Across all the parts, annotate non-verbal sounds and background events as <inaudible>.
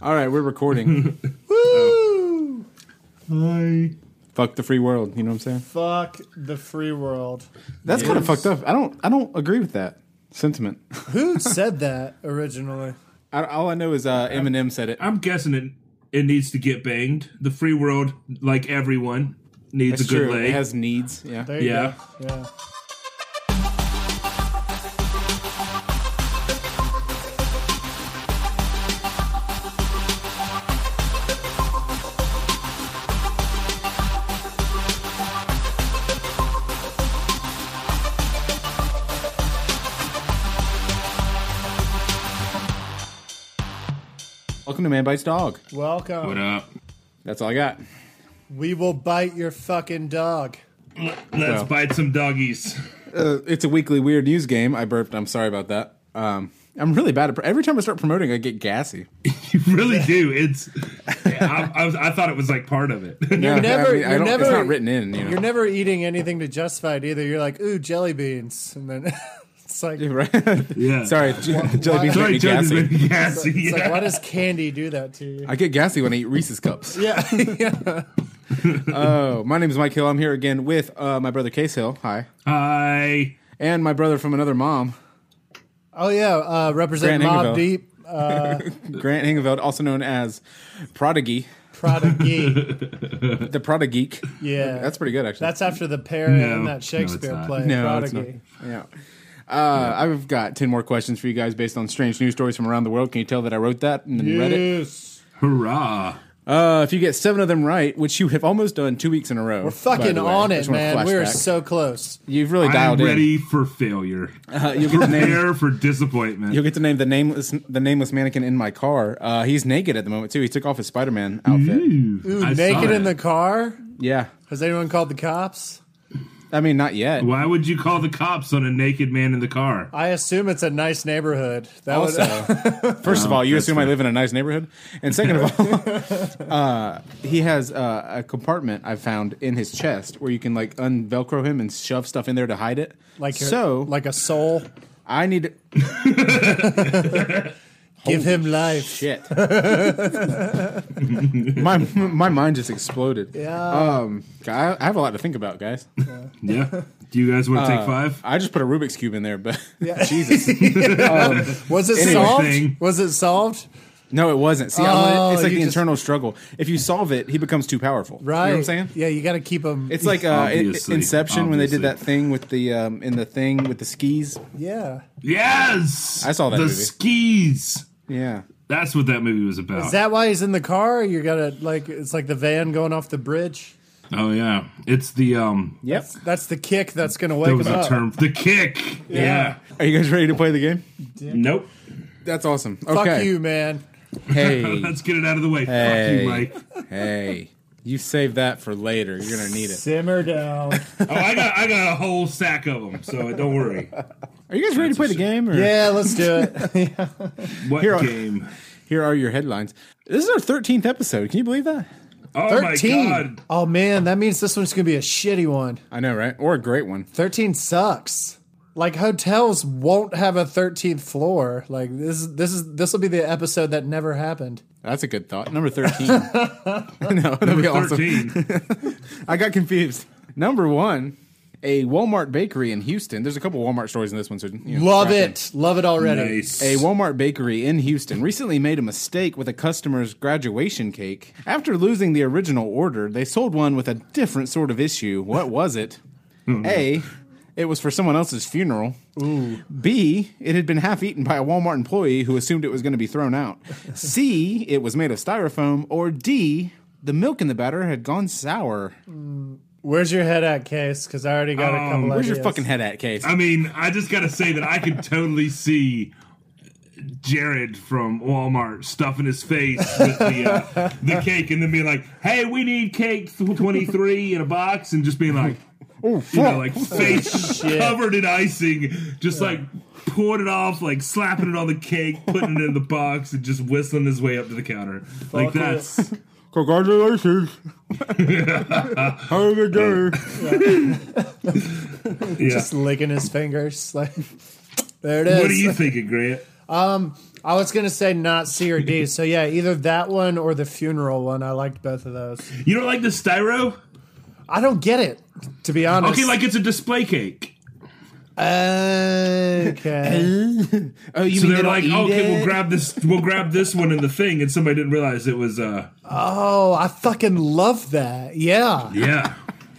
All right, we're <laughs> recording. Woo! I Fuck the free world. You know what I'm saying? Oh. Fuck the free world. That's kind of Yes. fucked up. I don't. I don't agree with that sentiment. Who said that originally? <laughs> I, all I know is uh, Eminem said it. I'm guessing it it needs to get banged. The free world, like everyone, needs It's a good true. lay. It has needs. Yeah. There you Yeah. go. Yeah. Welcome to Man Bites Dog. Welcome. what up? That's all I got. We will bite your fucking dog. Let's Well. bite some doggies. <laughs> Uh, it's a weekly weird news game. I burped. I'm sorry about that. Um, I'm really bad at. Pro- Every time I start promoting, I get gassy. You really do. It's. I, I, was, I thought it was like part of it. <laughs> You're never- you're It's never- not written in. You know? You're never eating anything to justify it either. You're like, ooh, jelly beans, and then <laughs> it's like, it's <laughs> right. yeah. Sorry, j- jelly beans make Sorry, me Joe. This gassy. made me gassy. Yeah. like, why does candy do that to you? I get gassy when I eat Reese's cups. Yeah. Oh, my name is Mike Hill. I'm here again with uh, my brother Case Hill. Hi, Hi. and my brother from another mom, <laughs> oh yeah. Uh, represent Grant Hingeville. Mob Deep. Grant Hingeveld, also known as Prodigy, <laughs> Prodigy. the Prodigeek. Yeah. That's pretty good, actually. That's after the pair No. in No, that it's Shakespeare not. play. no, it's Prodigy. not. Yeah. Uh, I've got 10 more questions for you guys based on strange news stories from around the world. Can you tell that I wrote that and then read it? Yes. Hurrah. Uh, if you get seven of them right, which you have almost done two weeks in a row. We're Fucking on it, man. We're so close. You've really I'm dialed in. ready for <laughs> failure. Uh, you'll, get to name, Prepare for disappointment. you'll get to name the nameless the nameless mannequin in my car. Uh, he's naked at the moment, too. He took off his Spider Man outfit. Ooh, I saw naked in the it. car? Yeah. Has anyone called the cops? I mean, not yet. Why would you call the cops on a naked man in the car? I assume it's a nice neighborhood. That Also, would, first Oh, of all, you that's assume I live in a nice neighborhood, and second of <laughs> all, uh, he has uh, a compartment I found in his chest where you can like unvelcro him and shove stuff in there to hide it. <laughs> like a, so, like a soul. I need Give him life. shit. <laughs> my my mind just exploded. Yeah. Um, I, I have a lot to think about, guys. <laughs> Yeah. Do you guys want to Uh, take five? I just put a Rubik's cube in there, but <laughs> Yeah. <laughs> Jesus, was it anyway. solved? Thing. Was it solved? no, it wasn't. See, I wanted- it's Oh, like the you just- internal struggle. If you solve it, he becomes too powerful. Right. you know what I'm saying. Yeah, you got to keep him. It's like uh, in- Obviously, Inception when they did obviously. that thing with the um, in the thing with the skis. yeah. Yes. I saw that The movie. skis. Yeah, That's what that movie was about. Is that why he's in the car? You got to like it's like the van going off the bridge. oh yeah, it's the um. yep. That's the kick that's going to That wake was him the up. term. The kick. Yeah. Are you guys ready to play the game? Nope. That's awesome. Fuck Okay. <laughs> you, man. Hey, <laughs> Let's get it out of the way. Hey. Fuck you, hey. You save that for later. You're gonna need it. Simmer down. Mike. Oh, I got I got a whole sack of them, so don't worry. Are you guys ready to play the game? Or? yeah, let's do it. <laughs> What Here are- game? Here are your headlines. This is our 13th episode. Can you believe that? Oh my 13. <laughs> god. Oh man, that means this one's going to be a shitty one. I know, right? Or a great one. 13 sucks. Like hotels won't have a 13th floor. Like this this is this will be the episode that never happened. That's a good thought. Number 13. <laughs> no, that'd be awesome. Thirteen. I got confused. Number one, a Walmart bakery in Houston. There's a couple Walmart stories in this one, so you know, Love wrap in. it. Love it already. Nice. A Walmart bakery in Houston recently made a mistake with a customer's graduation cake. After losing the original order, they sold one with a different sort of issue. What was it? Hmm. A. It was for someone else's funeral. B. It had been half eaten by a Walmart employee who assumed it was going to be thrown <laughs> out. C. It was made of styrofoam. Or D. The milk in the batter had gone sour. Where's your head at, Case? Because I already got a Um, couple. Where's ideas. your fucking head at, Case? I mean, I just got to say that I could totally see Jared from Walmart stuffing his face with the, uh, the cake and then being like, hey, we need cake 23 in a box and just being like, Oh, you fuck. know, like <laughs> face covered in icing, just like pouring it off, like slapping it on the cake, putting it in the box, and just whistling his way up to the counter. <laughs> like it. <laughs> that's Congratulations. Have a good <laughs> day. yeah. Just licking his fingers. <laughs> Like there it is. what are you thinking, Grant? I was gonna say not C or <laughs> D. So yeah, either that one or the funeral one. I liked both of those. You don't like the styro? I don't get it, to be honest. Okay, like it's a display cake. Uh, <laughs> okay. Oh, you So mean they're they like, don't eat okay, it? we'll <laughs> grab this, we'll grab this one in the thing, and somebody didn't realize it was. uh oh, I fucking love that. Yeah, Yeah,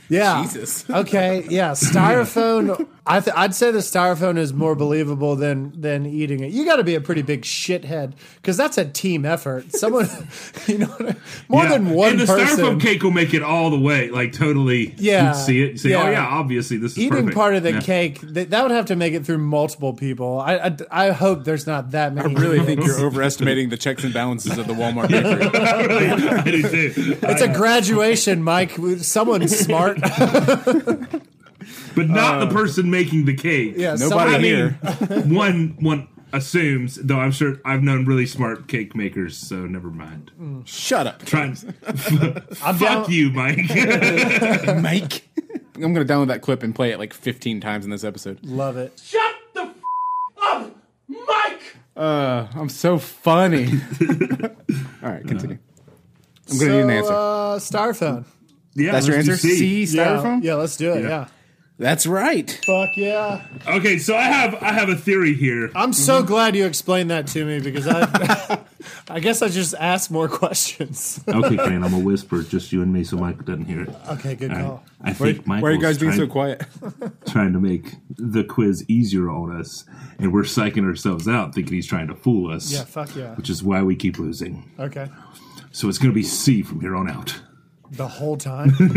yeah. Jesus. Okay, yeah. Styrofoam. I th- I'd say the styrofoam is more believable than than eating it. You got to be a pretty big shithead because that's a team effort. Someone, <laughs> you know, what I- more yeah. than one And the person. styrofoam cake will make it all the way, like totally. Yeah. you see it. You say, oh Yeah. yeah, obviously this is Eating perfect. part of the Yeah. cake that, that would have to make it through multiple people. I I, I hope there's not that many. I really think <laughs> you're overestimating the checks and balances of the Walmart bakery. Really, <laughs> I do too. It's a graduation, Mike. Someone <laughs> smart. but not Um, the person making the cake. yeah, Nobody I someone- here. <laughs> mean, one one assumes, though. I'm sure I've known really smart cake makers, so never mind. Shut up, Trying, I'm fuck down- you, Mike. <laughs> <laughs> Mike. I'm gonna download that clip and play it like 15 times in this episode. Love it. Shut the f- up, Mike. Uh, I'm so <laughs> funny. All right, continue. I'm gonna need an answer. Uh, styrofoam. Yeah, That's your let's do answer. C styrofoam. Yeah, let's do it. Yeah. Yeah. That's right. Fuck yeah. Okay, so I have I have a theory here. I'm so glad you explained that to me because I, <laughs> I guess I just asked more questions. Okay, Crane, I'm a whisper, just you and me, so Mike doesn't hear it. okay, good call. I Why, think why are you guys being so quiet? trying to make the quiz easier on us, and we're psyching ourselves out, thinking he's trying to fool us. Yeah, fuck yeah. Which is why we keep losing. Okay, So it's going to be C from here on out. the whole time. I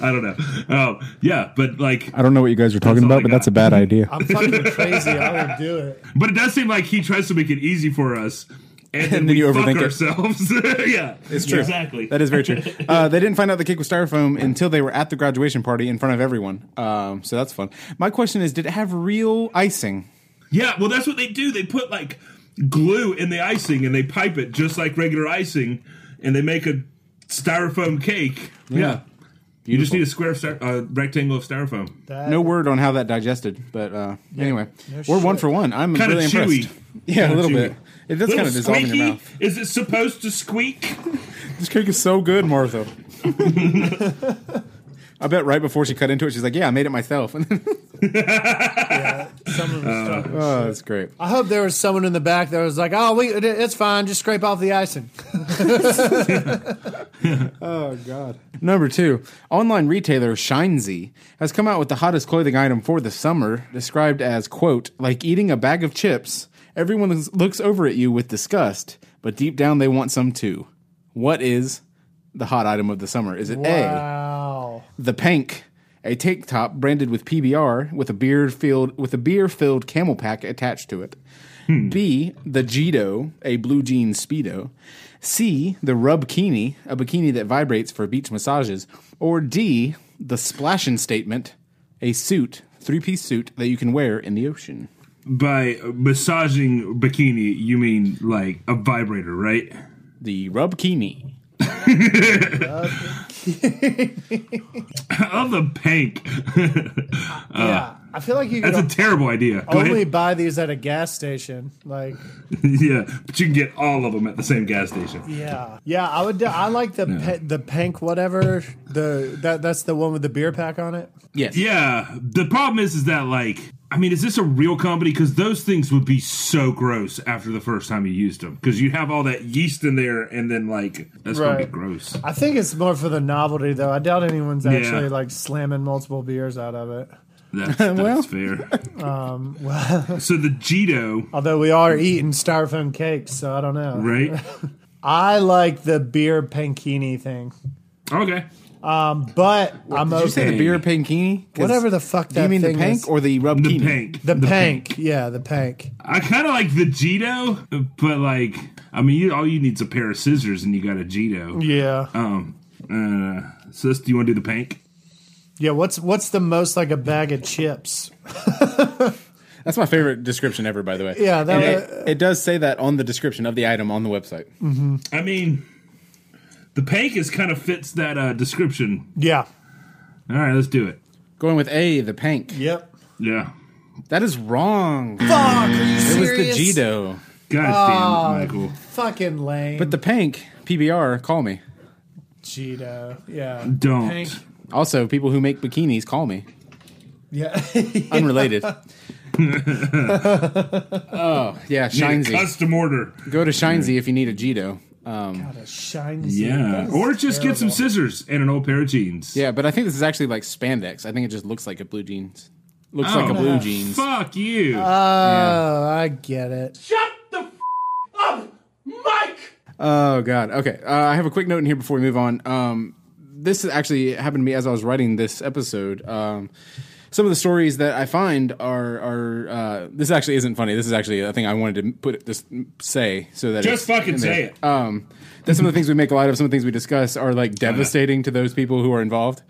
don't know. Oh, yeah, but like, I don't know what you guys are talking all I about, but got. that's a bad <laughs> idea. I'm fucking crazy. I would do it. but it does seem like he tries to make it easy for us, and <laughs> then, then we you fuck overthink it. ourselves. <laughs> yeah, It's true. Exactly. That is very <laughs> true. Uh, they didn't find out the cake was styrofoam until they were at the graduation party in front of everyone. Um, so that's fun. My question is, did it have real icing? Yeah, well, that's what they do. They put like glue in the icing and they pipe it just like regular icing, and they make a styrofoam cake. Yeah, you just need a square, of styro- uh, rectangle of styrofoam. That, No word on how that digested, but uh, anyway, we're one shit. for one. I'm Kinda really chewy. impressed. Yeah, Kinda a little chewy. bit. It does kind of dissolve in your mouth. Is it supposed to squeak? This cake is so good, Martha. <laughs> I bet right before she cut into it, she's like, "Yeah, I made it myself." <laughs> oh, Some of us Uh, don't. that's great. I hope there was someone in the back that was like, "Oh, we, it, it's fine. Just scrape off the icing." Oh God. Number two, online retailer Shinesy has come out with the hottest clothing item for the summer, described as "quote like eating a bag of chips." Everyone looks- looks over at you with disgust, but deep down they want some too. What is the hot item of the summer? Is it A, Wow. the Pank, a tank top branded with PBR with a beer filled with a beer filled camel pack attached to it? Hmm. B, the Jito, a blue jean speedo. C, the rub bikini, a bikini that vibrates for beach massages. Or D, the splashin' statement, a suit, three piece suit that you can wear in the ocean. By massaging bikini, you mean like a vibrator, right? The rub bikini. Of the pank. yeah, I feel like you Oh. That's a could terrible idea. Go only ahead. buy these at a gas station. Like, <laughs> yeah, but you can get all of them at the same gas station. yeah, yeah. I would. Do, I like the pe- the pink whatever. The that that's the one with the beer pack on it. Yes. Yeah, the problem is, is that like, I mean, is this a real company? Because those things would be so gross after the first time you used them, because you have all that yeast in there, and then like that's gonna Right. be gross. I think it's more for the novelty, though. I doubt anyone's actually Yeah. like slamming multiple beers out of it. <laughs> That's, Well. that's fair. um, <laughs> so the Jito, Although we are eating styrofoam cakes, so I don't know. <laughs> right? I like the beer pankini thing, Okay, but I'm Did you say okay. the beer pankini? 'Cause Whatever the fuck Do that you mean the thing pank is. or the rub the bikini? Pank. the, pank. Yeah, the pank. I kind of like the Jito, but like, I mean, you all you need's a pair of scissors, and you got a Jito. Yeah, Oh. Um, uh, sis, do you want to do the Pank? yeah. What's what's the most like a bag of chips? That's my favorite description ever, by the way. Yeah, that And was- it, it does say that on the description of the item on the website. I mean, the Pank is kind of fits that uh, description. Yeah. All right, let's do it. Going with A, the pank. Yep. Yeah. That is wrong. Fuck. Are you It was the serious? G dough. God damn it, Michael. Fucking lame. But the Pank PBR, call me. Cheeto. Yeah. Don't. Hank. Also, people who make bikinis, call me. Yeah. <laughs> Unrelated. <laughs> oh yeah, Need a Shinesy. custom order. Go to Shinesy if you need a G dough. God, it shines. Yeah. Or just get some scissors and an old pair of jeans. Yeah, but I think this is actually like spandex. I think it just looks like a blue jeans. Looks like a Oh, blue jeans. Fuck you. Oh, I get it. Shut the f- up, Mike! Oh god. Okay. Uh, I have a quick note in here before we move on. Um, this actually happened to me as I was writing this episode. Um, some of the stories that I find are are uh, this actually isn't funny. This is actually a thing I wanted to put just say so that Just it's fucking in there. say it. Um, that some of the things we make light of, some of the things we discuss are like devastating to those people who are involved.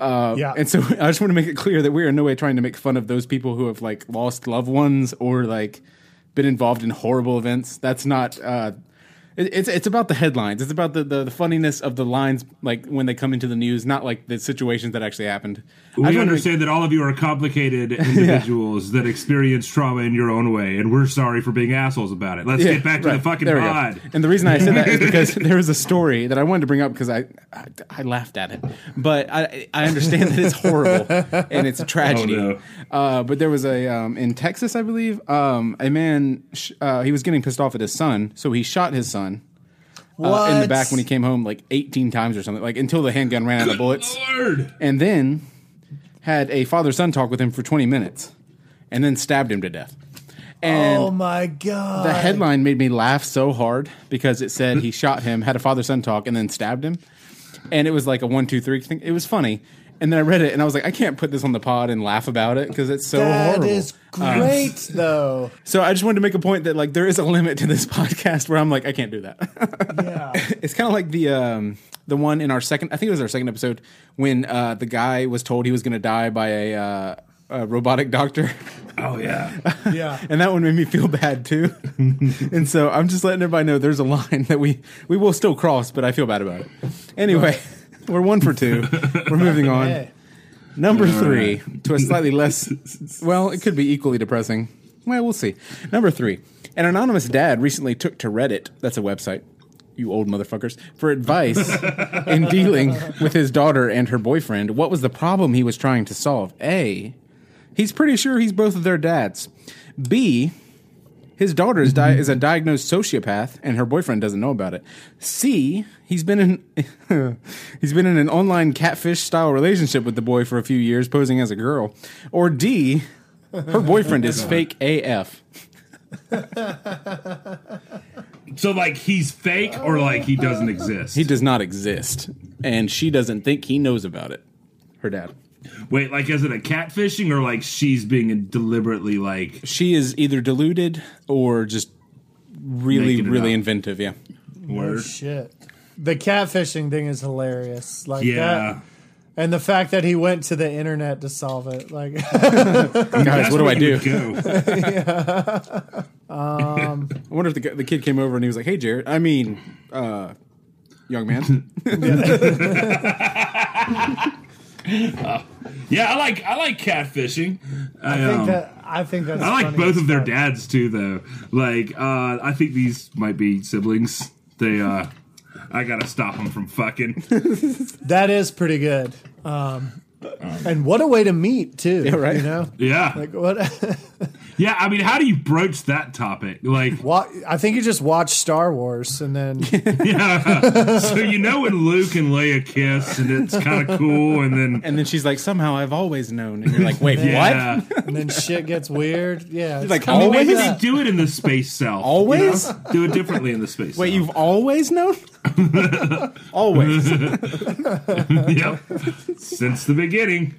yeah. And so <laughs> I just want to make it clear that we are in no way trying to make fun of those people who have like lost loved ones or like been involved in horrible events. That's not. Uh, it, it's it's about the headlines. It's about the, the the funniness of the lines, like when they come into the news, not like the situations that actually happened. I just We wanna make- understand that all of you are <laughs> complicated individuals that experience trauma in your own way, and we're sorry for being assholes about it. Let's Yeah, get back to right. the fucking There we go. pod. And the reason I said that <laughs> is because there was a story that I wanted to bring up because I, I I laughed at it, but I I understand that it's horrible and it's a tragedy. <laughs> Oh, uh, but there was a um, in Texas, I believe, um, a man sh- uh, he was getting pissed off at his son, so he shot his son uh, in the What? back when he came home like 18 times or something, like until the handgun ran out of bullets, Lord! and then had a father son talk with him for 20 minutes, and then stabbed him to death. And oh my god. the headline made me laugh so hard because it said he shot him, had a father son talk, and then stabbed him. And it was like a one, two, three thing. It was funny. And then I read it and I was like, I can't put this on the pod and laugh about it because it's so That horrible. <laughs> Um, is great though. so I just wanted to make a point that like there is a limit to this <laughs> podcast where I'm like, I can't do that. <laughs> Yeah. it's kind of like the um, the one in our second, I think it was our second episode when uh, the guy was told he was going to die by a, uh, a robotic doctor. <laughs> Oh, yeah. Yeah. and that one made me feel bad too. and so I'm just letting everybody know there's a line that we we will still cross, but I feel bad about it. Anyway, we're one for two. We're moving on. Hey. Number three to a slightly less well, it could be equally depressing. Well, we'll see. Number three, an anonymous dad recently took to Reddit. That's a website. You old motherfuckers for advice in dealing with his daughter and her boyfriend. What was the problem he was trying to solve? A He's pretty sure he's both of their dads. B, his daughter is, di- is a diagnosed sociopath, and her boyfriend doesn't know about it. C, he's been in <laughs> he's been in an online catfish style relationship with the boy for a few years, posing as a girl. Or D, her boyfriend <laughs> is fake AF. So, like, he's fake or like he doesn't exist? He does not exist, and she doesn't think he knows about it. Her dad. Wait, like, is it a catfishing or like she's being deliberately like, She is either deluded or just really, Making it really up. inventive. Yeah. word? Shit. The catfishing thing is hilarious. Like Yeah. that. And the fact that he went to the internet to solve it. Like <laughs> Guys, what do I do? do? I wonder if the, gu- the kid came over and he was like, "Hey, Jared, I mean, uh, young man, yeah, I like I like catfishing. I, I think um, that I think that's I like funny both as of their fuck. dads too, though. Like, uh, I think these might be siblings. They, uh, I gotta stop them from fucking. That is pretty good. Um, and what a way to meet too. Yeah, right. You know? Yeah, <laughs> Like what yeah. I mean, how do you broach that topic? Like, wa- I think you just watch Star Wars <laughs> and then yeah. <laughs> so you know when Luke and Leia kiss, and it's kind of cool, and then And then she's like, "Somehow I've always known." And you're like, "Wait, what? yeah, and then shit gets weird. Yeah. it's like, kinda always? maybe they that. do it in the space cell. you Always? know? do it differently in the space. Wait, cell. you've always known? always? yep since the beginning.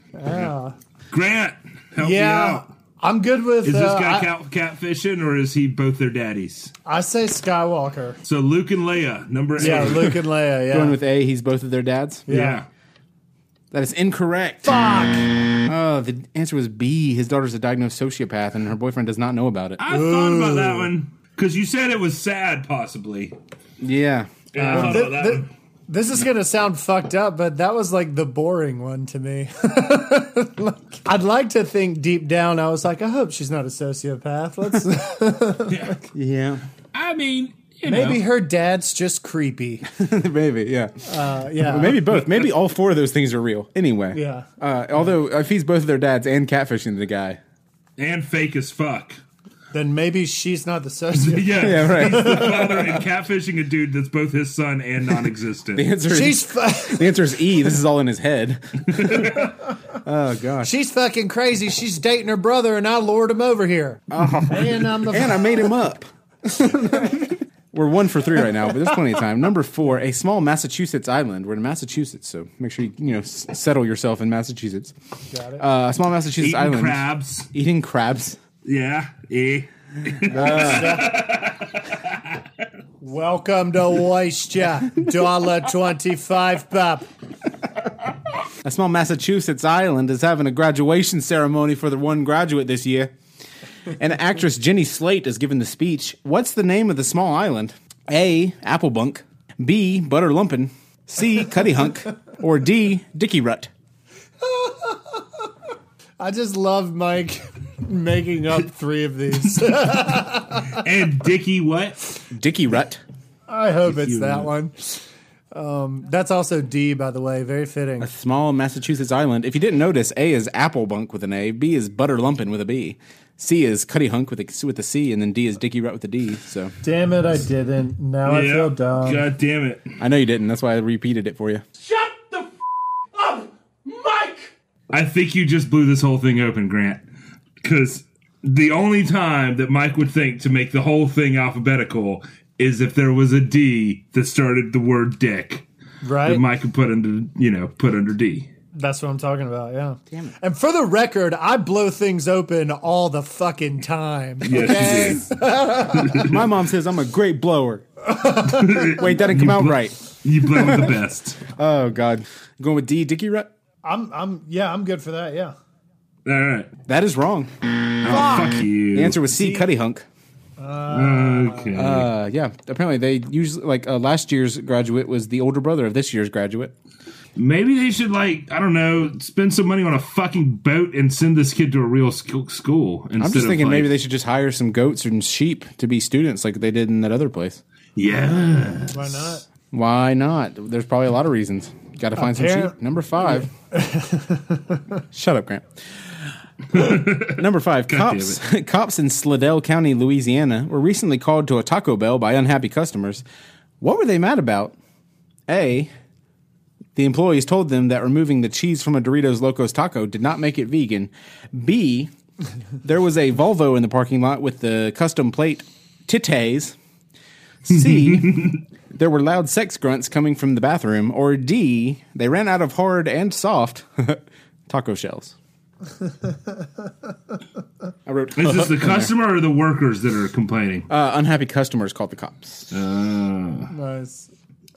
Grant, help me Yeah. out. I'm good with Is uh, this guy I- cat, catfishing or is he both their daddies? I say Skywalker. So Luke and Leia, number eight. Yeah, Luke and Leia. Yeah. Going with A, he's both of their dads. yeah. That is incorrect. Fuck. Oh, the answer was B. His daughter's a diagnosed sociopath, and her boyfriend does not know about it. I thought about that one because you said it was sad, possibly. Uh, yeah. I thought Th- about that th- one. This is gonna sound fucked up, but that was like the boring one to me. <laughs> Like, I'd like to think deep down, I was like, I hope she's not a sociopath. <laughs> Let's <laughs> Yeah. Yeah, I mean, you maybe know, her dad's just creepy. <laughs> maybe. Yeah, Uh, yeah, maybe both. Maybe all four of those things are real. Anyway. Yeah. Uh, although if he's both of their dads and catfishing the guy. and fake as fuck. Then maybe she's not <laughs> the sociopath. Yeah, Yeah. Right. the father and catfishing a dude that's both his son and <laughs> non-existent. the answer is She's fu- <laughs> the answer is E. This is all in his head. oh gosh. she's fucking crazy. She's dating her brother, and I lured him over here. and I'm the Oh. And I made him up. <laughs> We're one for three right now, but there's plenty of time. Number four, a small Massachusetts island. We're in Massachusetts, so make sure you you know s- settle yourself in Massachusetts. Got it. Uh, a small Massachusetts Eating island. crabs. Eating crabs. Yeah. Eh. Welcome to Oyster. Dollar twenty-five, pop. A small Massachusetts island is having a graduation ceremony for the one graduate this year. And actress Jenny Slate is giving the speech. What's the name of the small island? A. Applebunk. B. Butterlumpin. C. Cuddy Hunk. Or D. Dicky Rut. I just love Mike making up three of these. And Dicky what? Dicky Rut. I hope it's you that one. would. Um, that's also D, by the way. Very fitting. Small Massachusetts island. If you didn't notice, A is Applebunk with an A. B is Butterlumpin with a B. C is Cuddy Hunk with a, with a C. And then D is Dicky Rut with a D. So Damn it, I didn't. Now I feel dumb. God damn it. I know you didn't. That's why I repeated it for you. Shut the f- up, Mike! I think you just blew this whole thing open, Grant. Because the only time that Mike would think to make the whole thing alphabetical is if there was a D that started the word dick Right? that Mike could put under, you know, put under D. That's what I'm talking about. Yeah. Damn it. And for the record, I blow things open all the fucking time. Okay. Yes, My mom says I'm a great blower. <laughs> Wait, that didn't come out right. you did. You blew with the best. Oh God, going with D, Dicky Rut. I'm. I'm. Yeah. I'm good for that. Yeah. All right. That is wrong. Fuck you. The answer was C, Cuddy Hunk. Okay. Uh, yeah, apparently they usually like uh, last year's graduate was the older brother of this year's graduate. Maybe they should like I don't know, spend some money on a fucking boat and send this kid to a real sch- school. Instead I'm just of, thinking like- maybe they should just hire some goats and sheep to be students like they did in that other place. yeah. Why not? Why not? There's probably a lot of reasons. Got to find some Appar- sheep. Number five. Shut up, Grant. <coughs> Number five. God damn Cops, <laughs> cops in Slidell County, Louisiana, were recently called to a Taco Bell by unhappy customers. What were they mad about? A. The employees told them that removing the cheese from a Doritos Locos taco did not make it vegan. B. There was a Volvo in the parking lot with the custom plate titties. <laughs> C. There were loud sex grunts coming from the bathroom, or D, they ran out of hard and soft <laughs> taco shells. I wrote Is uh, this the customer or the workers that are complaining? unhappy customers called the cops. Nice.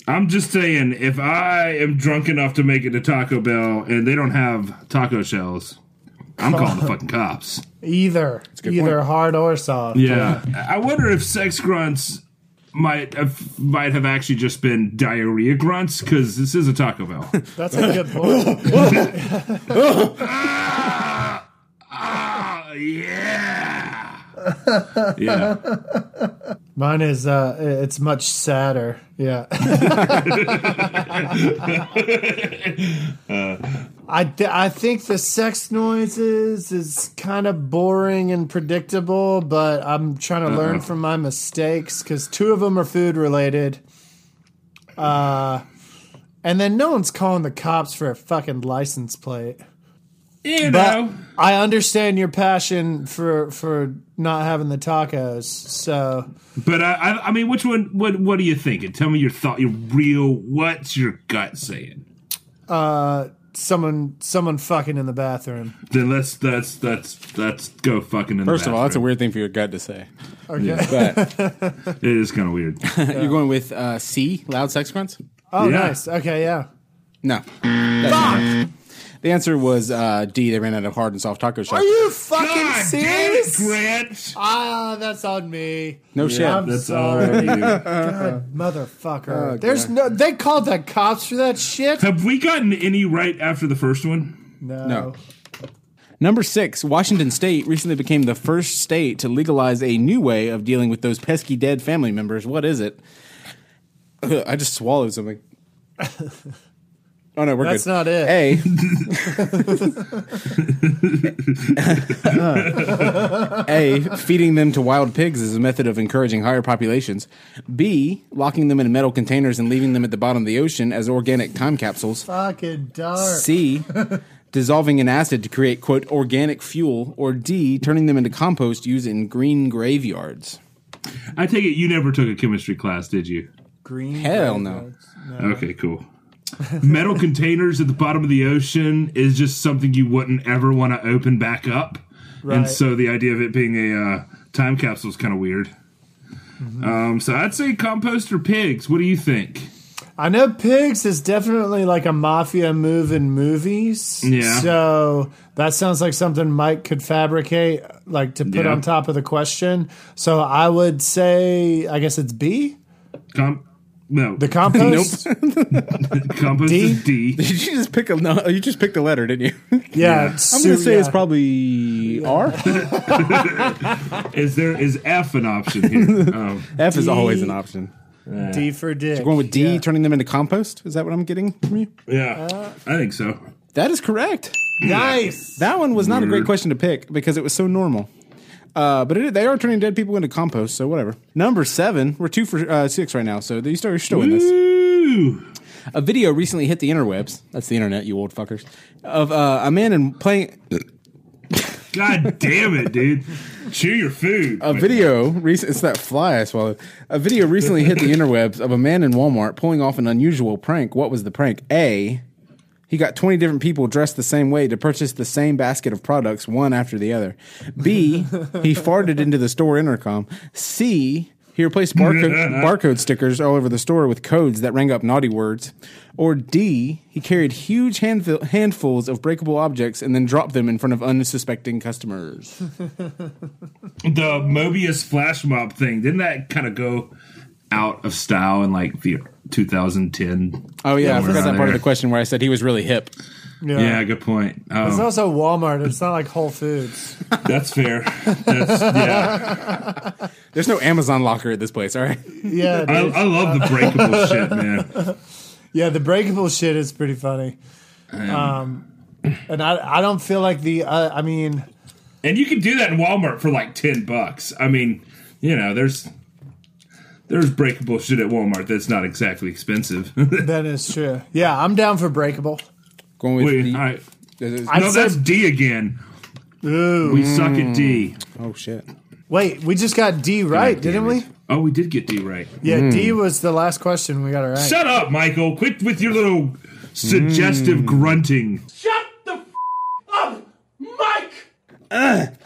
I'm just saying, if I am drunk enough to make it to Taco Bell and they don't have taco shells, I'm calling the fucking cops. Either. good Either point. hard or soft. Yeah, I wonder if sex grunts might have, might have actually just been diarrhea grunts because this is a Taco Bell. That's a good point. Ah, yeah, yeah. Mine is. Uh. It's much sadder. Yeah. <laughs> Uh, I, th- I think the sex noises is kind of boring and predictable, but I'm trying to learn from my mistakes because two of them are food related. Uh, and then no one's calling the cops for a fucking license plate. You But know, I understand your passion for for not having the tacos. So but I, I, I mean, which one? What, what are you thinking? Tell me your thought. Your real. What's your gut saying? someone someone fucking in the bathroom. Then let's that's that's that's go fucking in the First of all, that's a bathroom. weird thing for your gut to say. Okay. But It is kind of weird. you're going with uh, C, loud sex grunts? Oh, Yeah. nice. Okay, yeah. No. That's not it. The answer was uh, D. They ran out of hard and soft taco shop. Are you fucking God damn it, serious? Grant! Ah, that's on me. No shit. I'm That's all sorry, you. God, <laughs> motherfucker. Oh, There's God. no. They called the cops for that shit. Have we gotten any right after the first one? No. No. Oh. Number six, Washington State recently became the first state to legalize a new way of dealing with those pesky dead family members. What is it? Ugh, I just swallowed something. Oh no, we're That's good. not it. <laughs> A. a. Feeding them to wild pigs is a method of encouraging higher populations. B. Locking them in metal containers and leaving them at the bottom of the ocean as organic time capsules. Fucking dark. C, dissolving in acid to create, quote, organic fuel, or D, turning them into compost used in green graveyards. I take it you never took a chemistry class, did you? Green. Hell no. graveyards. Okay, cool. Metal containers at the bottom of the ocean is just something you wouldn't ever want to open back up. Right. And so the idea of it being a uh, time capsule is kind of weird. Mm-hmm. Um, so I'd say compost or pigs. What do you think? I know pigs is definitely like a mafia move in movies. Yeah. So that sounds like something Mike could fabricate, like to put Yeah. on top of the question. So I would say, I guess it's B, Com- no, <laughs> the compost. Nope. compost is D. Did <laughs> you just pick a no, you just picked a letter, didn't you? Yeah. <laughs> I'm gonna say it's probably <laughs> R. Is there is F an option here? Um, F is D. always an option. D for dick. Going with D, Yeah. turning them into compost. Is that what I'm getting from you? yeah, I think so. That is correct. Nice. That one was not a great Weird. question to pick because it was so normal. Uh, but it, they are turning dead people into compost, so whatever. Number seven, we're two for uh, six right now, so you still, you're still in this. Ooh. A video recently hit the interwebs. That's the internet, you old fuckers. Of uh, a man in playing God damn it, dude! Chew your food. a video. Rec- it's that fly I swallowed. A video recently hit the interwebs of a man in Walmart pulling off an unusual prank. What was the prank? A. He got twenty different people dressed the same way to purchase the same basket of products, one after the other. B. He farted into the store intercom. C. He replaced barcode, barcode stickers all over the store with codes that rang up naughty words. Or D, he carried huge handful, handfuls of breakable objects and then dropped them in front of unsuspecting customers. the Mobius flash mob thing didn't that kind of go out of style in like the 2010? Oh yeah, I Somewhere forgot that around part of there. the question where I said he was really hip. Yeah, good point. It's Um, also Walmart. It's not like Whole Foods. that's fair. That's yeah. There's no Amazon locker at this place, all right? Yeah. I, dude. I love the breakable shit, man. Yeah, the breakable shit is pretty funny. Um, and I, I don't feel like the, uh, I mean, And you can do that in Walmart for like ten bucks. I mean, you know, there's there's breakable shit at Walmart that's not exactly expensive. <laughs> Wait, that is true. Yeah, I'm down for breakable. Going with the, all right. I No, that's D again. Ooh. We suck at D. oh shit. Wait, we just got D right, didn't we? Oh, we did get D right. Yeah, D was the last question we got it right. Shut up, Michael. Quit with your little suggestive grunting. Shut the f- up, Mike!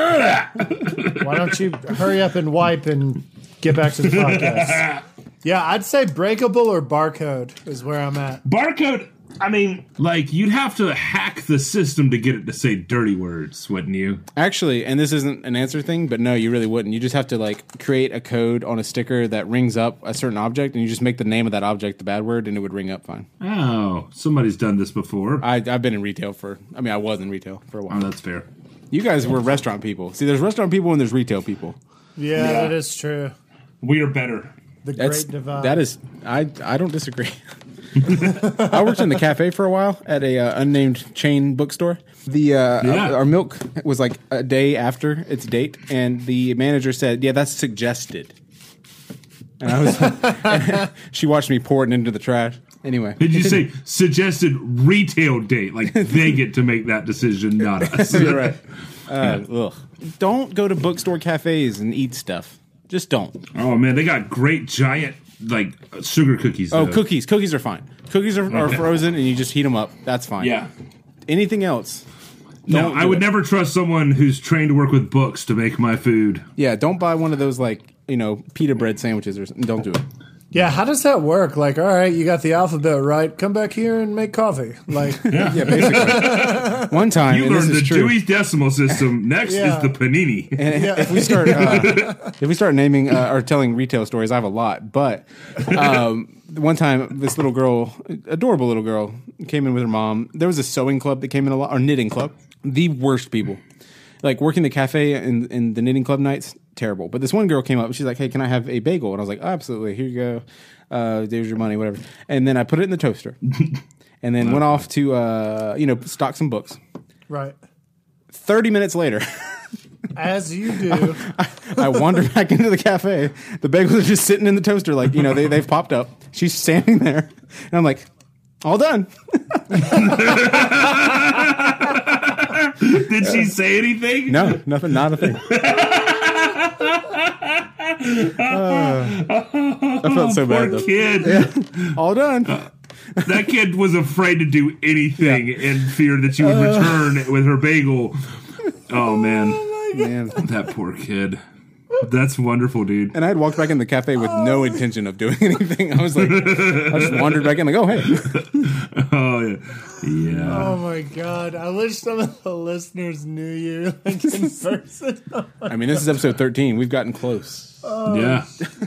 Why don't you hurry up and wipe and get back to the podcast? yeah, I'd say breakable or barcode is where I'm at. Barcode, I mean, like, you'd have to hack the system to get it to say dirty words, wouldn't you? Actually, and this isn't an answer thing, but no, you really wouldn't. You just have to like create a code on a sticker that rings up a certain object and you just make the name of that object the bad word and it would ring up fine. Oh, somebody's done this before. I I've been in retail for I mean I was in retail for a oh, while. that's fair. You guys were restaurant people. See, there's restaurant people and there's retail people. Yeah, that is true. We are better. The That's great divide. that is I I don't disagree. <laughs> I worked in the cafe for a while at a uh, unnamed chain bookstore. The uh, Yeah. our, our milk was like a day after its date, and the manager said, "Yeah, that's suggested." And I was, <laughs> she watched me pour it into the trash. Anyway, Did <laughs> you say suggested retail date? Like, they get to make that decision, not us. You're right. Uh, ugh. Don't go to bookstore cafes and eat stuff. Just don't. Oh, man, they got great giant, like, sugar cookies. Oh, though. cookies. Cookies are fine. Cookies are, are Okay. frozen, and you just heat them up. That's fine. Yeah. Anything else? No, Don't I do would it. never trust someone who's trained to work with books to make my food. Yeah, don't buy one of those like you know pita bread sandwiches or something. Don't do it. <laughs> Yeah, how does that work? Like, all right, you got the alphabet right. Come back here and make coffee. Like, <laughs> Yeah, basically. One time, You and this learned the is true. Dewey's <laughs> Decimal System. Next Yeah. is the Panini. And if we start uh, <laughs> if we start naming uh, or telling retail stories, I have a lot. But um, one time, this little girl, adorable little girl, came in with her mom. There was a sewing club that came in a lot, or knitting club. The worst people, like working the cafe and, and the knitting club nights, terrible. But this one girl came up. and She's like, "Hey, can I have a bagel?" And I was like, "Absolutely. Here you go. Uh, there's your money, whatever." And then I put it in the toaster, and then went off to uh, you know stock some books. right. Thirty minutes later. <laughs> As you do. I wander <laughs> back into the cafe. The bagels are just sitting in the toaster, like you know they they've popped up. She's standing there, and I'm like, all done. Did she say anything? <laughs> uh, No, nothing, not a <laughs> thing. Uh, I felt so bad Poor though. kid. All done. That kid was afraid to do anything in fear that you would Uh. return with her <laughs> bagel. Oh man, Man. that poor kid. That's wonderful, dude. And I had walked back in the cafe with Oh. no intention of doing <laughs> anything. I was like, I just wandered back in, like, oh hey, Oh yeah, yeah. Oh my god! I wish some of the listeners knew you <laughs> like <laughs> in person. I mean this is episode 13. We've gotten close. yeah.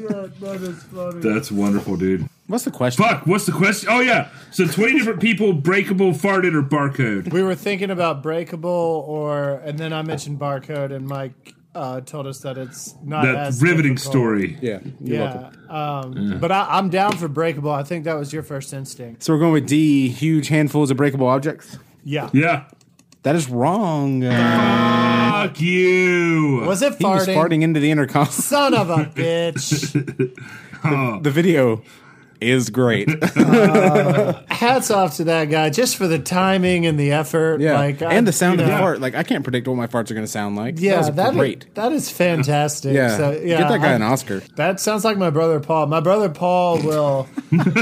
God, that is funny. That's wonderful, dude. What's the question? Fuck. What's the question? Oh yeah. So twenty different people breakable farted or barcode. <laughs> we were thinking about breakable, or and then I mentioned barcode, and Mike uh, told us that it's not That as riveting difficult. story. Yeah, you're welcome. Yeah, um, but I, I'm down for breakable. I think that was your first instinct. So we're going with D. Huge handfuls of breakable objects. Yeah. Yeah. That is wrong. Uh, Fuck you. Was it he was farting? farting into the intercom. <laughs> Son of a bitch! The video is great. Hats off to that guy just for the timing and the effort. Yeah. Like, I- and the sound you of the know, fart. Like, I can't predict what my farts are going to sound like. Yeah, that was that is- great. that is fantastic. <laughs> yeah. So, yeah, Get that guy I- an Oscar. <laughs> That sounds like my brother Paul. My brother Paul will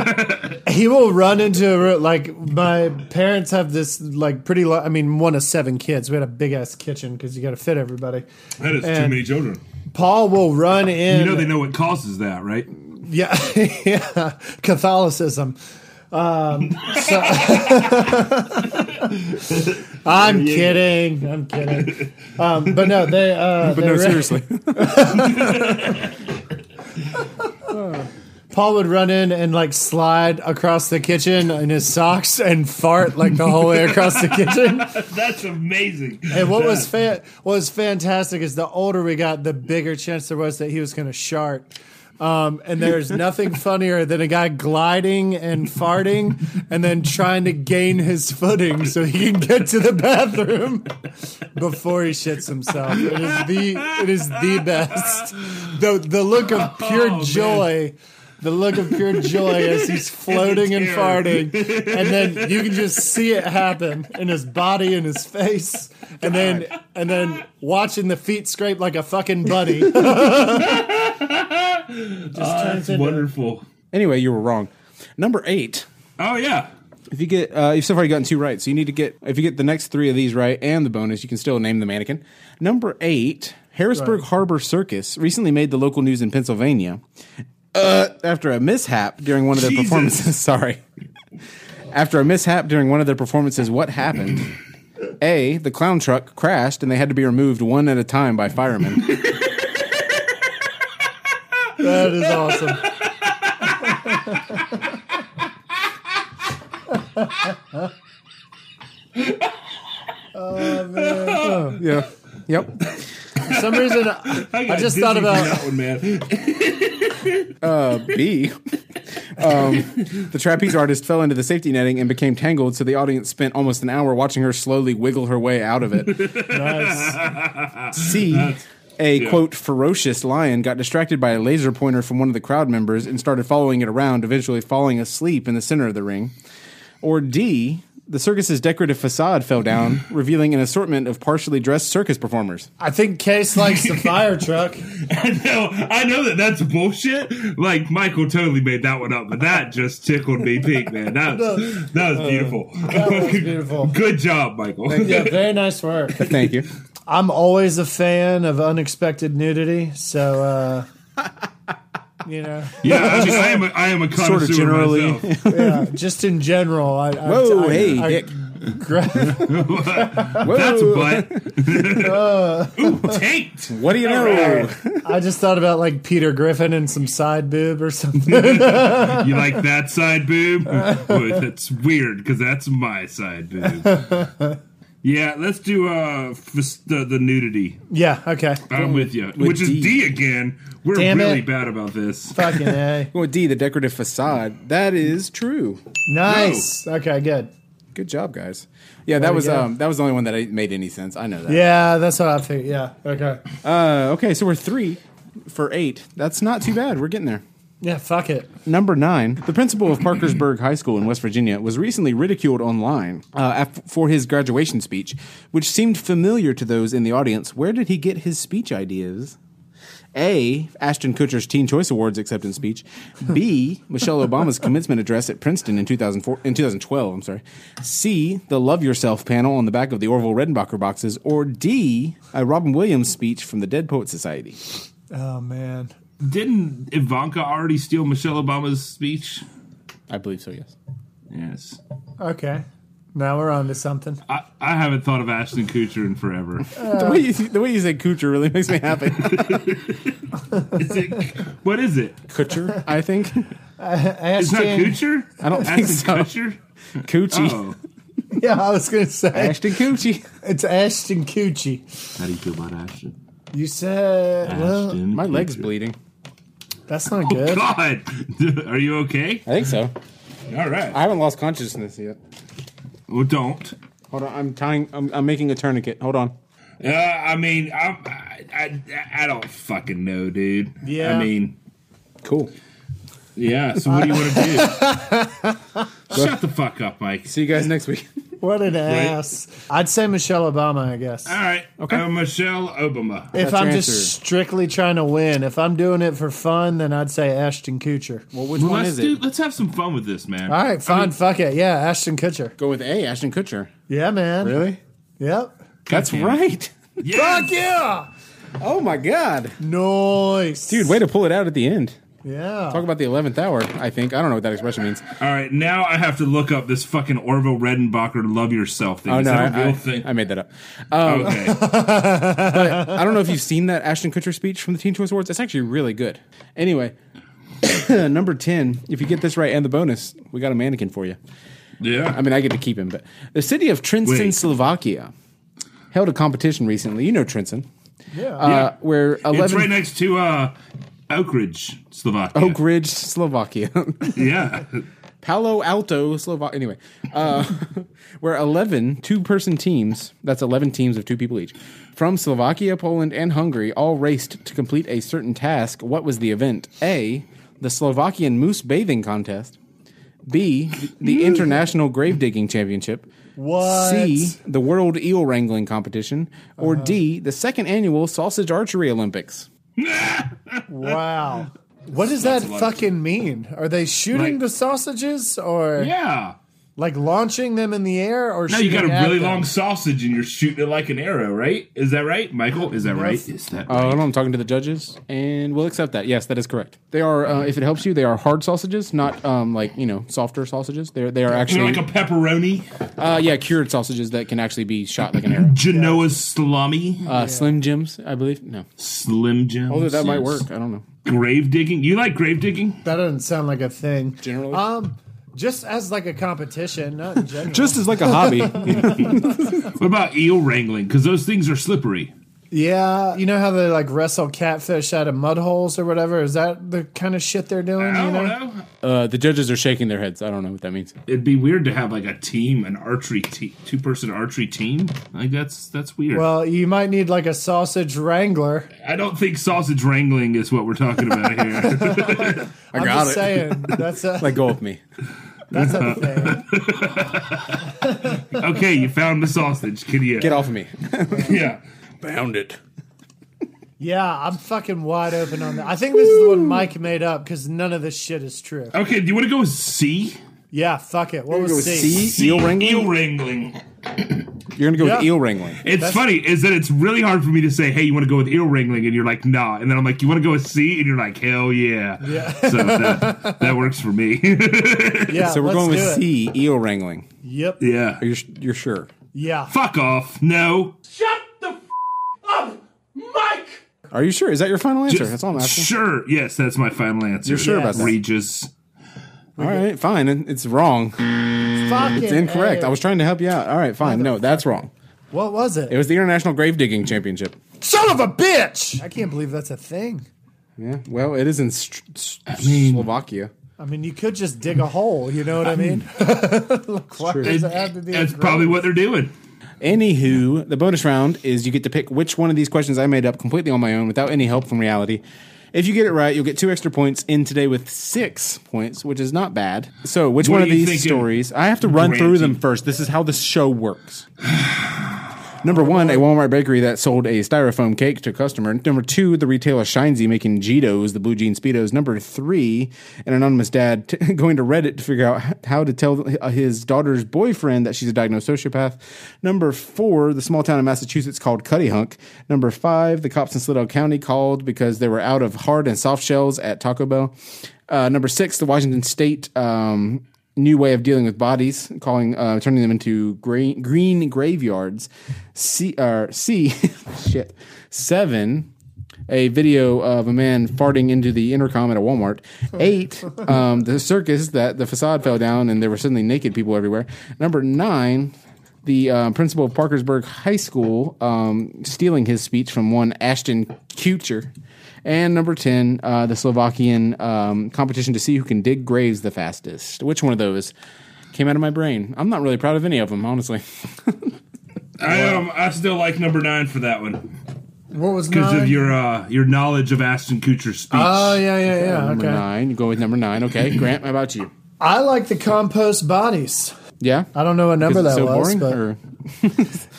<laughs> he will run into a room like my parents have this like pretty lo- I mean one of seven kids. We had a big ass kitchen cuz you got to fit everybody. That is too And- many children. Paul will run in You know they know what causes that, right? yeah, <laughs> yeah, Catholicism. Um, so- <laughs> I'm kidding. I'm kidding. Um, but no, they. Uh, <laughs> But they no, re- seriously. Paul would run in and like slide across the kitchen in his socks and fart like the whole way across the kitchen. That's amazing. And what was <laughs> fa- what was fantastic is the older we got, the bigger chance there was that he was going to shart. Um, and there's <laughs> nothing funnier than a guy gliding and farting and then trying to gain his footing so he can get to the bathroom before he shits himself. It is the it is the best. The the look of pure Oh, man. joy. The look of pure joy as he's floating and terror. farting, and then you can just see it happen in his body and his face, and then and then watching the feet scrape like a fucking buddy. That's wonderful. anyway, you were wrong. Number eight. Oh yeah. If you get, uh, you've so far gotten two right. So you need to get, if you get the next three of these right and the bonus, you can still name the mannequin. Number eight, Harrisburg Right. Harbor Circus recently made the local news in Pennsylvania uh, after a mishap during one of their Jesus. performances. <laughs> Sorry. After a mishap during one of their performances, what happened? A, the clown truck crashed and they had to be removed one at a time by firemen. That is awesome. yeah. Yep. For some reason, I, I just thought about that one, man. <laughs> <laughs> B. Um, the trapeze artist fell into the safety netting and became tangled, so the audience spent almost an hour watching her slowly wiggle her way out of <laughs> it. nice. C. A yeah. quote ferocious lion got distracted by a laser pointer from one of the crowd members and started following it around, eventually falling asleep in the center of the ring. Or D. The circus's decorative facade fell down, <laughs> revealing an assortment of partially dressed circus performers. I think Case likes the fire truck. I know, I know that that's bullshit. Like Michael totally made that one up, but that just tickled me pink, man. That was, that was beautiful. Uh, That <laughs> was beautiful. Good job, Michael. Yeah, very nice work. Thank you. I'm always a fan of unexpected nudity, so uh, you know, Yeah, I mean, I am a, I am a connoisseur Sort of generally. myself. yeah, Uh, just in general. I, I, Whoa, I- hey, I- Dick. gra- <laughs> Whoa. <laughs> That's a butt. <laughs> Ooh, taint. What do you know? I just thought about like Peter Griffin and some side boob or something. <laughs> You like that side boob? Boy, that's weird because that's my side boob. Yeah, let's do uh f- the, the nudity. yeah, okay. I'm with you, which is D. D, again. We're Damn really it. bad about this. Fucking A. Well, D, the decorative facade. That is true. Nice. Okay, good. Good job, guys. Yeah, that we was go. um, that was the only one that I- made any sense. I know that. Yeah, that's what I think. Yeah, okay. Uh, okay, so we're three for eight. That's not too bad. We're getting there. Yeah, fuck it. Number nine, the principal of Parkersburg High School in West Virginia was recently ridiculed online uh, af- for his graduation speech, which seemed familiar to those in the audience. Where did he get his speech ideas? A. Ashton Kutcher's Teen Choice Awards acceptance speech. B. Michelle Obama's commencement address at Princeton in 2004, in 2012. I'm sorry. C. The Love Yourself panel on the back of the Orville Redenbacher boxes. Or D. A Robin Williams speech from the Dead Poet Society. Oh man. Didn't Ivanka already steal Michelle Obama's speech? I believe so. Yes. Yes. Okay. Now we're on to something. I, I haven't thought of Ashton Kutcher in forever. the, way you, the way you say Kutcher really makes me happy. Is it, what is it? Kutcher, I <laughs> think. It's not Ashton. Kutcher? I don't think Ashton so. <laughs> Kutcher? Coochie. Oh. <laughs> Yeah, I was gonna say Ashton Coochie. it's Ashton Coochie. How do you feel about Ashton? You said well, Ashton My leg's Kutcher. bleeding. that's <laughs> not good. God, <laughs> are you okay? I think so. All right. I haven't lost consciousness yet. well, don't. Hold on, I'm tying. I'm, I'm making a tourniquet. Hold on. Uh, I mean, I'm, I, I I don't fucking know, dude. Yeah. I mean, Cool. yeah. So what do you <laughs> want to do? Shut the fuck up, Mike. See you guys next week. What an ass. I'd say Michelle Obama, I guess. All right. Okay. Uh, Michelle Obama. if That's I'm your just answer. strictly trying to win, if I'm doing it for fun, then I'd say Ashton Kutcher. Well, which Well, one is let's do. it? Let's have some fun with this, man. All right, fine, fuck it. Yeah, Ashton Kutcher. Go with A. Ashton Kutcher. Yeah, man. Really? Yep. That's damn it. right. Yes! yeah. Oh my god, Nice. dude! Way to pull it out at the end. Yeah. Talk about the eleventh hour. I think I don't know what that expression means. All right. Now I have to look up this fucking Orville Redenbacher "Love Yourself" thing. Oh Is no, that a I, real I- thing? I made that up. okay. <laughs> I don't know if you've seen that Ashton Kutcher speech from the Teen Choice Awards. It's actually really good. Anyway, <coughs> number 10, if you get this right and the bonus, we got a mannequin for you. yeah. I mean, I get to keep him, but the city of Trincin, Wait. Slovakia held a competition recently. You know Trincin, Yeah. uh, where 11 It's right next to uh, Oak Ridge, Slovakia. Oak Ridge, Slovakia. <laughs> Yeah. <laughs> Palo Alto, Slovakia. Anyway, uh, <laughs> where 11 two person teams, that's 11 teams of two people each, from Slovakia, Poland, and Hungary all raced to complete a certain task. What was the event? A, the Slovakian moose bathing contest. B, the International Grave Digging Championship. What? Uh, C, the World Eel Wrangling Competition. Or D, the second annual Sausage Archery Olympics. Wow. What does that lot of fucking mean? Are they shooting Like- the sausages or Yeah. like launching them in the air or Now you shooting got a at really them? long sausage and you're shooting it like an arrow, right? Is that right, Michael? Is that right? Is that Uh, right? hold on, I'm talking to the judges, and we'll accept that. Yes, that is correct. They are, uh, if it helps you, they are hard sausages, not um, like you know softer sausages. They're they are You're actually, like a pepperoni, uh, yeah, cured sausages that can actually be shot <laughs> like an arrow. Genoa's salami, Uh, Slim Jims, I believe. No, Slim Jim. although that might work. I don't know. Grave digging. You like grave digging? That doesn't sound like a thing. Generally? Um just as like a competition, not in general. Just as like a hobby. <laughs> What about eel wrangling? Because those things are slippery. yeah, you know how they like wrestle catfish out of mud holes or whatever? Is that the kind of shit they're doing? I you don't know? uh, know. the judges are shaking their heads. I don't know what that means. It'd be weird to have like a team, an archery te- two person archery team. Like that's that's weird. Well, you might need like a sausage wrangler. I don't think sausage wrangling is what we're talking about <laughs> here. I I'm got it. <laughs> mm-hmm. just saying that's a Let go of me. that's a thing. okay, you found the sausage. Can you Get off of me. Yeah. Bound it. Yeah, I'm fucking wide open on that. I think this is the one Mike made up because none of this shit is true. Okay, do you want to go with C? Yeah, fuck it. What <laughs> go was with C? C? Eel wrangling? Eel wrangling. You're gonna go with Yeah. eel wrangling. It's funny is that it's really hard for me to say, "Hey, you want to go with ear wrangling?" and you're like, "Nah," and then I'm like, "You want to go with C?" and you're like, "Hell yeah!" Yeah. So that, that works for me. <laughs> Yeah, So we're let's going with do it. C, eel wrangling. Yep. yeah. You're you're sure? Yeah. Fuck off. No. Shut the f- up, Mike! Are you sure? Is that your final answer? That's all I'm asking. Sure. Yes, that's my final answer. You're sure about that? Regis. All right, fine. It- It's wrong. Fucking Mm, It's incorrect. A. I was trying to help you out. All right, fine. No, that's wrong. What was it? It was the International Grave Digging Championship. Son of a bitch! I can't believe that's a thing. Yeah. Well, it is in St- St- Slovakia. I mean, you could just dig a hole. You know what I mean? <laughs> Look, why does it have to be a That's grave? probably what they're doing. Anywho, the bonus round is you get to pick which one of these questions I made up completely on my own without any help from reality. If you get it right, you'll get two extra points in today with six points, which is not bad. So, which What one are of you these thinking, stories? I have to run through Granty? them first. This is how the show works. <sighs> Number one, a Walmart bakery that sold a styrofoam cake to a customer. Number two, the retailer Shinesy making Cheetos, the blue jean Speedos. Number three, an anonymous dad t- <laughs> going to Reddit to figure out h- how to tell h- his daughter's boyfriend that she's a diagnosed sociopath. Number four, the small town in Massachusetts called Cuddy Hunk. Number five, the cops in Slidell County called because they were out of hard and soft shells at Taco Bell. Uh, number six, the Washington State um, new way of dealing with bodies, calling uh, turning them into green, green graveyards. C or C <laughs> shit seven. A video of a man farting into the intercom at a Walmart. Eight, um, the circus that the facade fell down and there were suddenly naked people everywhere. Number nine, the uh, principal of Parkersburg High School um, stealing his speech from one Ashton Kutcher. And number 10, uh, the Slovakian um, competition to see who can dig graves the fastest. Which one of those came out of my brain? I'm not really proud of any of them, honestly. I um, I still like number nine for that one What was because nine? of your uh, your knowledge of Ashton Kutcher's speech. Oh yeah, yeah, yeah. Number Okay. nine. You go with number nine. Okay, Grant, how about you? I like the compost bodies. Yeah? I don't know what number that so was, boring? but or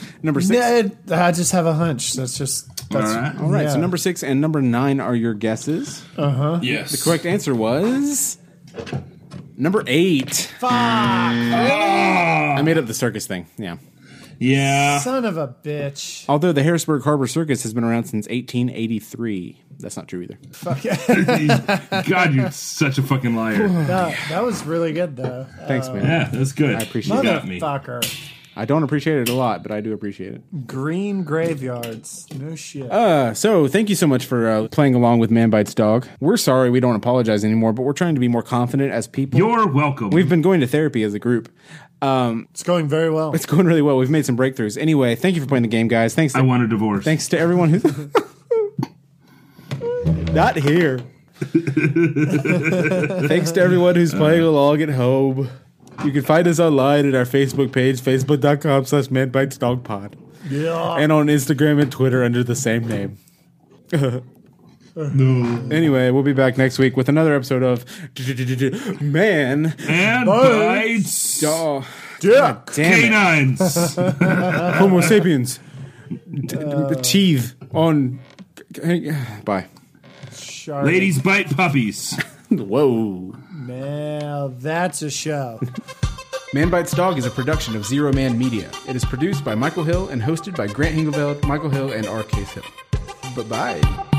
<laughs> number six? Yeah, it- I just have a hunch. That's just that's All right. All right, so yeah. number six and number nine are your guesses. yes. The Correct answer was number eight. I made up the circus thing. Yeah. Ah, <laughs> Yeah. son of a bitch. Although the Harrisburg Harbor Circus has been around since 1883. That's not true either. <laughs> God, you're such a fucking liar. That, that was really good though. Thanks, man. Yeah, that's good. I appreciate you it. got me. Motherfucker. I don't appreciate it a lot, but I do appreciate it. Green graveyards. No shit. Uh, so, thank you so much for uh, playing along with Man Bites Dog. We're sorry we don't apologize anymore, but we're trying to be more confident as people. You're welcome. We've been going to therapy as a group. it's going very well. It's going really well. We've made some breakthroughs. Anyway, thank you for playing the game, guys. Thanks. I want a divorce. Thanks to everyone who's not here. Thanks to everyone who's playing along at home. You can find us online at our Facebook page, facebook.com slash manbitesdogpod. Yeah. And on Instagram and Twitter under the same name. No. Anyway, we'll be back next week with another episode of Man And bites. Dog. yeah. Damn it. <laughs> Canines. Homo sapiens. D- Achieve on. Bye. Shark. Ladies bite puppies. Whoa. Now that's a show. Man Bites Dog is a production of Zero Man Media. It is produced by Michael Hill and hosted by Grant Hingeveld, Michael Hill, and R. Case Hill. Bye bye.